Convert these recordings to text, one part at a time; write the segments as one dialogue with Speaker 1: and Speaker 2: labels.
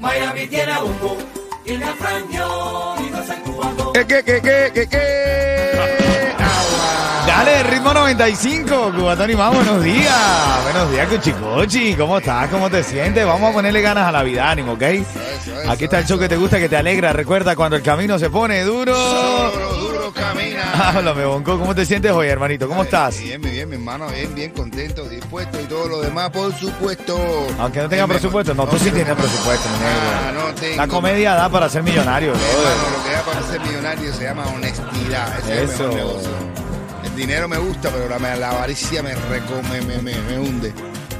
Speaker 1: Miami tiene a Hugo, tiene a Frangio y no se cubano.
Speaker 2: ¿Qué, qué, qué, qué, qué, qué? Agua.
Speaker 3: Dale, ritmo 95, Cubatón y más, buenos días. Buenos días, Cuchicochi. ¿Cómo estás? ¿Cómo te sientes? Vamos a ponerle ganas a la vida, ánimo, ¿ok? Aquí está el show que te gusta, que te alegra. Recuerda, cuando el camino se pone duro.
Speaker 4: Duro, duro camina.
Speaker 3: Háblame, Bonco, ¿cómo te sientes hoy, hermanito? ¿Cómo estás?
Speaker 4: Bien, bien, bien, mi hermano, bien, bien contento, dispuesto y todo lo demás, por supuesto.
Speaker 3: Aunque no tenga
Speaker 4: Mi
Speaker 3: presupuesto, no, tú sí tienes presupuesto, mi
Speaker 4: Ah,
Speaker 3: negro.
Speaker 4: no tengo.
Speaker 3: La comedia da para ser millonario,
Speaker 4: Mi
Speaker 3: brother.
Speaker 4: hermano, lo que da para ser millonario se llama honestidad. Ese es el
Speaker 3: Eso.
Speaker 4: mejor negocio. El dinero me gusta, pero la, la avaricia me, recome, me, me, me hunde.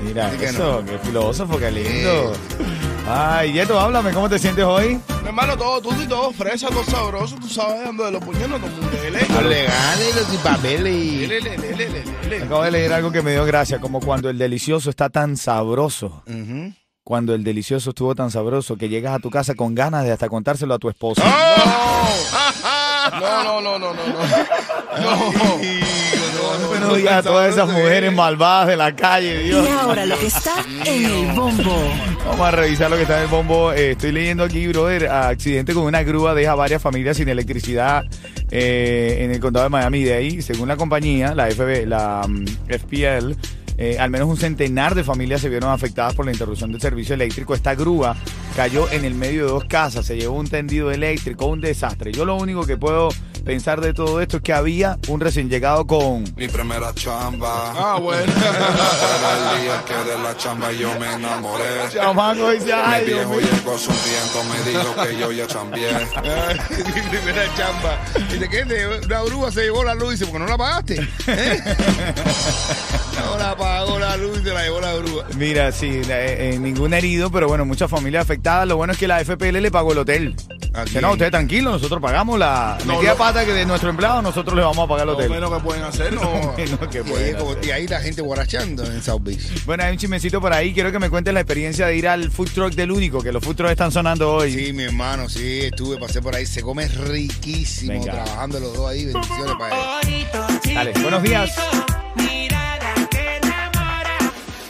Speaker 3: Mira,
Speaker 4: Así que
Speaker 3: eso, qué filósofo, qué lindo.
Speaker 4: Sí.
Speaker 3: Ay, Yeto, háblame, ¿cómo te sientes hoy?
Speaker 5: Mi hermano, todo tú y todo fresa, todo sabroso, tú sabes, dando de los puñones, todo mundo. Lele,
Speaker 4: Los legales, los sin papeles.
Speaker 5: lele, lele, lele, lele.
Speaker 3: Acabo de leer algo que me dio gracia, como cuando el delicioso está tan sabroso.
Speaker 4: Ujú.
Speaker 3: Cuando el delicioso estuvo tan sabroso que llegas a tu casa con ganas de hasta contárselo a tu esposo.
Speaker 5: No, no, no, no, no, no.
Speaker 3: Buenos días a todas esas mujeres
Speaker 4: eh.
Speaker 3: malvadas de la calle, Dios.
Speaker 6: Y ahora lo que está en el bombo.
Speaker 3: Vamos a revisar lo que está en el bombo. Eh, estoy leyendo aquí, brother, accidente con una grúa deja varias familias sin electricidad eh, en el condado de Miami. De ahí, según la compañía, la FB, la mm, FPL, eh, al menos un centenar de familias se vieron afectadas por la interrupción del servicio eléctrico. Esta grúa cayó en el medio de dos casas, se llevó un tendido eléctrico, un desastre. Yo lo único que puedo pensar de todo esto es que había un recién llegado con...
Speaker 7: Mi primera chamba.
Speaker 5: Ah, bueno.
Speaker 7: Era el día que de la chamba yo me enamoré.
Speaker 3: Chamaco dice,
Speaker 7: Mi
Speaker 3: ay, Dios
Speaker 7: viejo
Speaker 3: mío.
Speaker 7: llegó sonriendo, me dijo que yo ya chambié.
Speaker 4: Ay, Mi primera chamba. Dice que de- la grúa se llevó la luz. Dice, porque no la pagaste. ¿Eh? No la pagó la luz y se la llevó la grúa.
Speaker 3: Mira, sí, la- eh, eh, ningún herido, pero bueno, muchas familias afectadas. Lo bueno es que la FPL le pagó el hotel.
Speaker 4: Ah,
Speaker 3: Dice,
Speaker 4: bien.
Speaker 3: no, usted tranquilo, nosotros pagamos la
Speaker 5: No,
Speaker 3: metida
Speaker 5: lo-
Speaker 3: pata que de nuestro empleado, nosotros le vamos a pagar el
Speaker 5: Lo
Speaker 3: hotel.
Speaker 5: menos que pueden hacer, no.
Speaker 3: No, qué
Speaker 4: Y
Speaker 3: bueno.
Speaker 4: ahí, como- y ahí la gente guarachando en South Beach.
Speaker 3: Bueno, hay un chismecito por ahí. Quiero que me cuentes la experiencia de ir al food truck del único, que los food trucks están sonando hoy.
Speaker 4: Sí, mi hermano, sí, estuve, pasé por ahí. Se come riquísimo
Speaker 3: Venga.
Speaker 4: trabajando los dos ahí. Bendiciones para él.
Speaker 3: Dale, buenos días.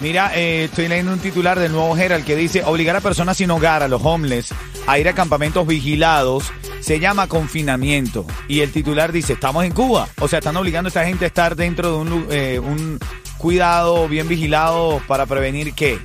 Speaker 3: Mira, eh, estoy leyendo un titular del nuevo Herald que dice obligar a personas sin hogar, a los homeless, a ir a campamentos vigilados, se llama confinamiento. Y el titular dice, estamos en Cuba. O sea, están obligando a esta gente a estar dentro de un, lu- eh, un cuidado bien vigilado para prevenir qué.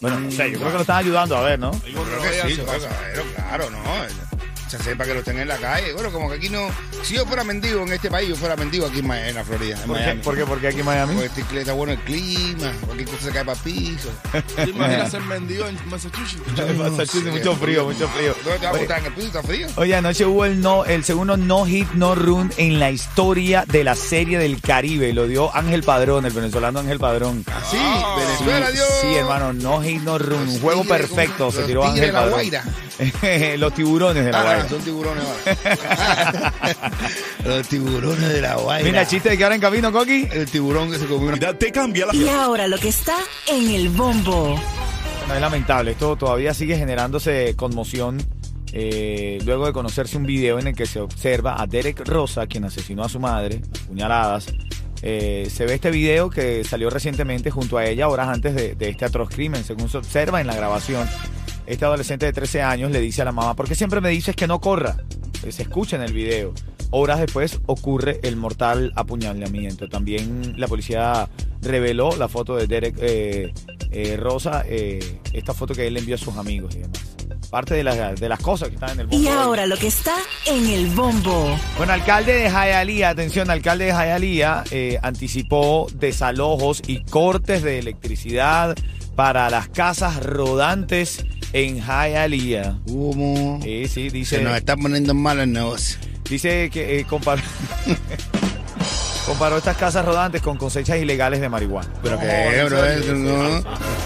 Speaker 3: Bueno, no sé, yo creo que lo están ayudando a ver, ¿no?
Speaker 4: Creo que sí, claro, claro, claro, no. Se sepa que lo tengan en la calle. Bueno, como que aquí no. Si yo fuera mendigo en este país, yo fuera mendigo aquí en, Ma- en la Florida. En
Speaker 3: ¿Por qué?
Speaker 4: Miami.
Speaker 3: ¿Por qué? ¿Por qué aquí en Miami?
Speaker 4: Porque este- está bueno el clima, cualquier cosa se cae para piso.
Speaker 5: ¿Te imaginas ser mendigo en Massachusetts?
Speaker 3: Massachusetts, mucho frío, mucho frío.
Speaker 4: ¿Dónde te va a
Speaker 3: Oye,
Speaker 4: botar en el piso? ¿Está frío?
Speaker 3: Oye, anoche hubo el, no, el segundo no hit, no run en la historia de la serie del Caribe. Lo dio Ángel Padrón, el venezolano Ángel Padrón.
Speaker 4: Sí,
Speaker 3: Sí,
Speaker 4: Venezuela, Dios.
Speaker 3: sí, hermano, no hit, no run.
Speaker 4: Los
Speaker 3: Un juego
Speaker 4: tigres,
Speaker 3: perfecto.
Speaker 4: ¿cómo?
Speaker 3: Se
Speaker 4: Los
Speaker 3: tiró
Speaker 4: tigres
Speaker 3: Ángel
Speaker 4: de la
Speaker 3: Padrón. Los tiburones de la
Speaker 4: Ah,
Speaker 3: Guaira.
Speaker 4: son tiburones ahora. Los tiburones de la guaira.
Speaker 3: Mira, chiste de que ahora en camino, Coqui.
Speaker 4: El tiburón que se comió una.
Speaker 7: Te cambia la
Speaker 6: Y ahora lo que está en el bombo.
Speaker 3: Bueno, es lamentable, esto todavía sigue generándose conmoción eh, luego de conocerse un video en el que se observa a Derek Rosa, quien asesinó a su madre, a puñaladas. Eh, se ve este video que salió recientemente junto a ella horas antes de, de este atroz crimen, según se observa en la grabación. Este adolescente de 13 años le dice a la mamá, ¿por qué siempre me dices que no corra? Eh, Se escucha en el video. Horas después ocurre el mortal apuñalamiento. También la policía reveló la foto de Derek eh, eh, Rosa, eh, esta foto que él envió a sus amigos y demás. Aparte de las, de las cosas que están en el bombo.
Speaker 6: Y
Speaker 3: hoy.
Speaker 6: ahora lo que está en el bombo.
Speaker 3: Bueno, alcalde de Jayalía, atención, alcalde de Jayalía eh, anticipó desalojos y cortes de electricidad para las casas rodantes en Jayalía.
Speaker 4: ¿Cómo?
Speaker 3: Sí, sí, Eh, dice,
Speaker 4: Se nos está poniendo mal el negocio.
Speaker 3: dice que eh, comparó, comparó estas casas rodantes con cosechas ilegales de marihuana.
Speaker 4: Pero que, brother, no,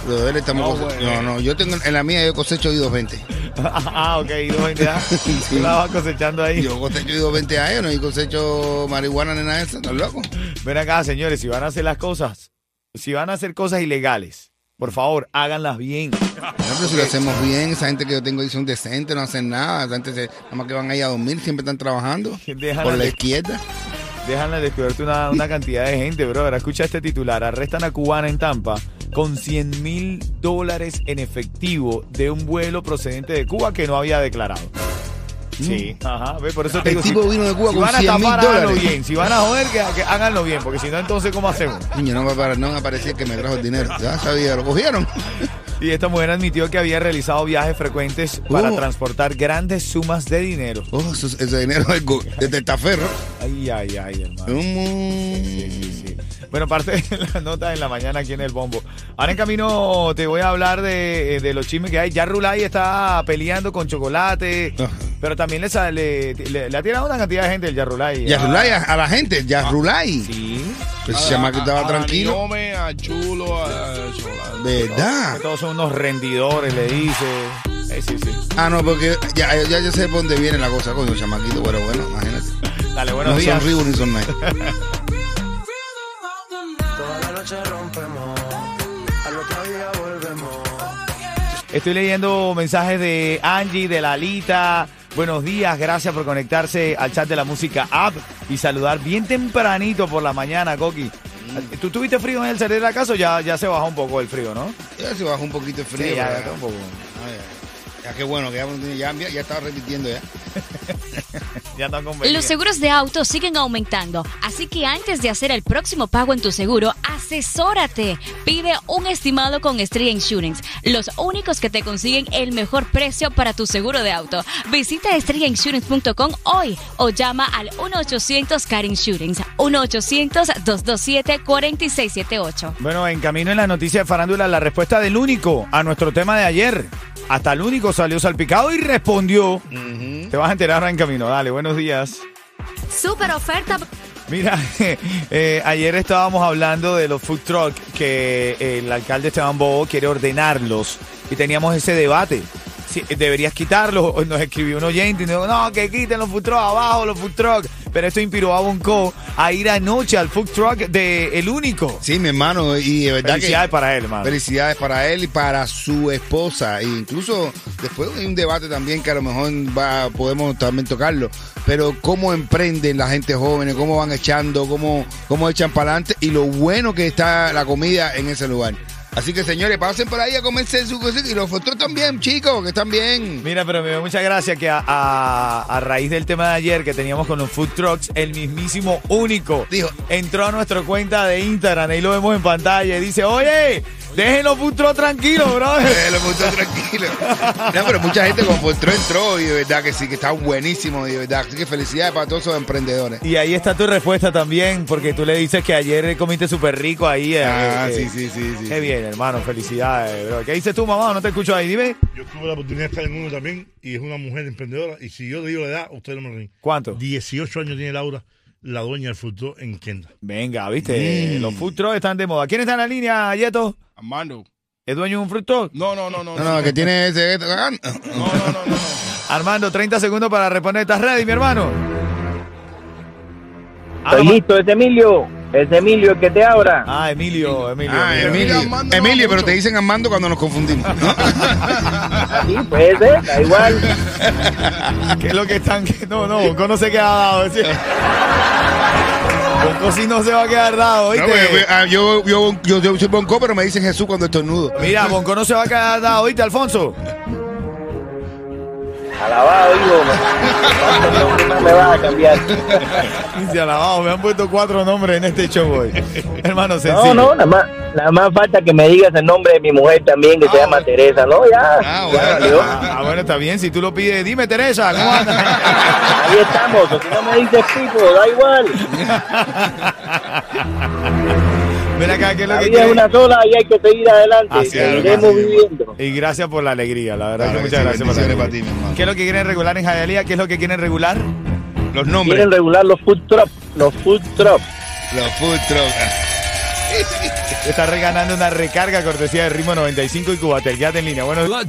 Speaker 4: brother, estamos cose- no, no, yo tengo, en la mía yo cosecho ido 20.
Speaker 3: ah, ok, y dos ya.
Speaker 4: Sí.
Speaker 3: La vas cosechando ahí.
Speaker 4: Yo cosecho ido 20 años, no he cosecho marihuana ni nada de eso, ¿estás loco?
Speaker 3: Ven acá, señores, si van a hacer las cosas, si van a hacer cosas ilegales, por favor, háganlas bien.
Speaker 4: No, pero si lo hacemos bien, esa gente que yo tengo ahí son decentes, no hacen nada, esa gente se- nada más que van ahí a dormir, siempre están trabajando
Speaker 3: Déjala
Speaker 4: por la
Speaker 3: de-
Speaker 4: izquierda.
Speaker 3: Dejan al descubierto una, una cantidad de gente, bro. Ahora escucha este titular. Arrestan a cubana en Tampa con 100 mil dólares en efectivo de un vuelo procedente de Cuba que no había declarado. Sí, ajá, ve, por eso te
Speaker 4: Mm. El
Speaker 3: digo.
Speaker 4: tipo vino de Cuba
Speaker 3: si
Speaker 4: con
Speaker 3: van a
Speaker 4: 100 mil
Speaker 3: tapar, háganlo
Speaker 4: dólares.
Speaker 3: bien. Si van a joder, que, que háganlo bien, porque si no, entonces, ¿cómo hacemos?
Speaker 4: Niño, no me va a- no me parecía que me trajo el dinero, ya sabía, lo cogieron.
Speaker 3: Y esta mujer admitió que había realizado viajes frecuentes para
Speaker 4: Oh.
Speaker 3: transportar grandes sumas de dinero.
Speaker 4: Oh, eso- ese dinero del go- de testaferro.
Speaker 3: Ay, ay, ay, hermano. Sí,
Speaker 4: Mm.
Speaker 3: sí, sí. Bueno, parte de la nota en la mañana aquí en el bombo. Ahora en camino te voy a hablar de, de los chismes que hay. Ya Rulay está peleando con chocolate,
Speaker 4: Ajá.
Speaker 3: pero también le, sa- le, le- le ha tirado una cantidad de gente el Yarrulay.
Speaker 4: Yarrulay, a, a la gente, Yarrulay.
Speaker 3: Sí,
Speaker 4: El chamaco estaba
Speaker 5: Ah, a
Speaker 4: tranquilo.
Speaker 5: Daniome, a Chulo, a, a Chocolate.
Speaker 3: que
Speaker 4: ¿Verdad?
Speaker 3: todos son unos rendidores, le dice. Eh, sí, sí.
Speaker 4: Ah, no, porque ya, ya, ya sé por dónde viene la cosa, coño, chamaquito. Bueno, bueno, imagínate.
Speaker 3: Dale, buenos
Speaker 4: no
Speaker 3: días.
Speaker 4: son ribos ni son nada.
Speaker 3: Estoy leyendo mensajes de Angie, de Lalita. Buenos días, gracias por conectarse al chat de la música app y saludar bien tempranito por la mañana, Coqui. ¿Tú tuviste frío en el salir de la casa o ya, ya se bajó un poco el frío, no?
Speaker 4: Ya se bajó un poquito el frío.
Speaker 3: Sí, ya,
Speaker 4: pero
Speaker 3: ya está un poco.
Speaker 4: Ah, ya. Ya, qué bueno, que ya, no tiene- ya, ya, ya estaba repitiendo ya.
Speaker 3: Ya está convenido.
Speaker 8: Los seguros de auto siguen aumentando, así que antes de hacer el próximo pago en tu seguro, asesórate. Pide un estimado con Street Insurance, los únicos que te consiguen el mejor precio para tu seguro de auto. Visita streetinsurance.com hoy o llama al 1-800-CAR Insurance, 1-800-227-4678.
Speaker 3: Bueno, en camino en las noticias de Farándula, la respuesta del único a nuestro tema de ayer. Hasta el único salió salpicado y respondió. Te vas a enterar ahora en camino. Dale, buenos días.
Speaker 8: Super oferta.
Speaker 3: Mira, eh, ayer estábamos hablando de los food truck que el alcalde Esteban Bobo quiere ordenarlos y teníamos ese debate. Si deberías quitarlos, O nos escribió un oyente y nos dijo, no, que quiten los food truck, abajo los food truck. Pero esto inspiró a Bonco a ir anoche al food truck de El Único.
Speaker 4: Sí, mi hermano, y de verdad
Speaker 3: Felicidades
Speaker 4: que.
Speaker 3: para él, hermano.
Speaker 4: Felicidades para él y para su esposa. E incluso después hay un debate también que a lo mejor va, podemos también tocarlo. Pero cómo emprenden la gente joven, cómo van echando, cómo, cómo echan para adelante y lo bueno que está la comida en ese lugar. Así que señores, pasen por ahí a comerse su cosita y los otros también, chicos, que están bien.
Speaker 3: Mira, pero me dio mucha gracia que a, a- a raíz del tema de ayer que teníamos con los food trucks, el mismísimo único
Speaker 4: Dijo.
Speaker 3: entró a nuestra cuenta de Instagram, ahí lo vemos en pantalla, y dice, oye, dejen los food trucks tranquilos, bro.
Speaker 4: Eh, lo puso tranquilo. No, pero mucha gente cuando entró, entró y de verdad que sí, que está buenísimo y de verdad. Así que felicidades para todos esos emprendedores.
Speaker 3: Y ahí está tu respuesta también, porque tú le dices que ayer comiste súper rico ahí. eh,
Speaker 4: Ah,
Speaker 3: eh,
Speaker 4: sí, sí, sí, sí.
Speaker 3: Qué bien, hermano, felicidades, bro. ¿Qué dices tú, mamá? No te escucho ahí, dime.
Speaker 9: Yo tuve la oportunidad de estar en uno también y es una mujer emprendedora. Y si yo le digo la edad, usted no me ríe.
Speaker 3: ¿Cuánto?
Speaker 9: 18 años tiene Laura, la dueña del futuro en Kendall.
Speaker 3: Venga, viste, los food trucks están de moda. ¿Quién está en la línea, Yeto?
Speaker 5: Armando.
Speaker 3: ¿Es dueño de un food truck?
Speaker 5: No, no, no, no.
Speaker 4: No, no, que tiene ese... ah, no.
Speaker 5: No, no, no, no, no.
Speaker 3: Armando, 30 segundos para responder. ¿Estás ready, mi hermano? Ah,
Speaker 10: Estoy
Speaker 3: no,
Speaker 10: listo, es Emilio. Es Emilio el que te habla.
Speaker 3: ah, Emilio, Emilio.
Speaker 4: Ah,
Speaker 3: Emilio.
Speaker 4: Emilio.
Speaker 5: Armando no va
Speaker 4: Emilio, pero
Speaker 5: mucho.
Speaker 4: te dicen Armando cuando nos confundimos. ¿no?
Speaker 10: Sí, puede ser, da igual.
Speaker 3: ¿Qué es lo que están? No, no, Bonco no se queda dado. ¿sí? Bonco sí no se va a quedar dado,
Speaker 4: No, pues, pues,
Speaker 3: ¿oíste?
Speaker 4: ah, yo, yo, yo, yo soy bonco, pero me dicen Jesús cuando estornudo.
Speaker 3: Mira, Bonco no se va a quedar dado, ¿oíste, Alfonso?
Speaker 10: Alabado, hijo. No me vas a cambiar.
Speaker 3: Dice alabado, me han puesto cuatro nombres en este show hoy. Hermano,
Speaker 10: No,
Speaker 3: sencillo.
Speaker 10: no, nada más, nada más falta que me digas el nombre de mi mujer también, que se llama Teresa, ¿no? Ya, ya valió.
Speaker 3: Ah, bueno, está bien. Si tú lo pides, dime, Teresa, ¿cómo andas?
Speaker 10: Ahí estamos, o si no me dices pico, da igual.
Speaker 3: Ven acá, ¿qué es lo
Speaker 10: La
Speaker 3: que
Speaker 10: vida es
Speaker 3: quieres?
Speaker 10: una sola y hay que seguir adelante,
Speaker 3: Así es,
Speaker 10: seguiremos
Speaker 3: hermano.
Speaker 10: viviendo.
Speaker 3: Y gracias por la alegría, la verdad.
Speaker 4: Claro
Speaker 3: que
Speaker 4: que
Speaker 3: muchas
Speaker 4: sí,
Speaker 3: gracias por la
Speaker 4: bendiciones
Speaker 3: alegría. ¿Qué es lo que quieren regular en Jayalía? ¿Qué es lo que quieren regular?
Speaker 4: Los
Speaker 10: Quieren regular los food truck, los food truck.
Speaker 4: Los food trucks.
Speaker 3: Está regalando una recarga cortesía de Ritmo 95 y Cubatel. Quédate en línea. Bueno,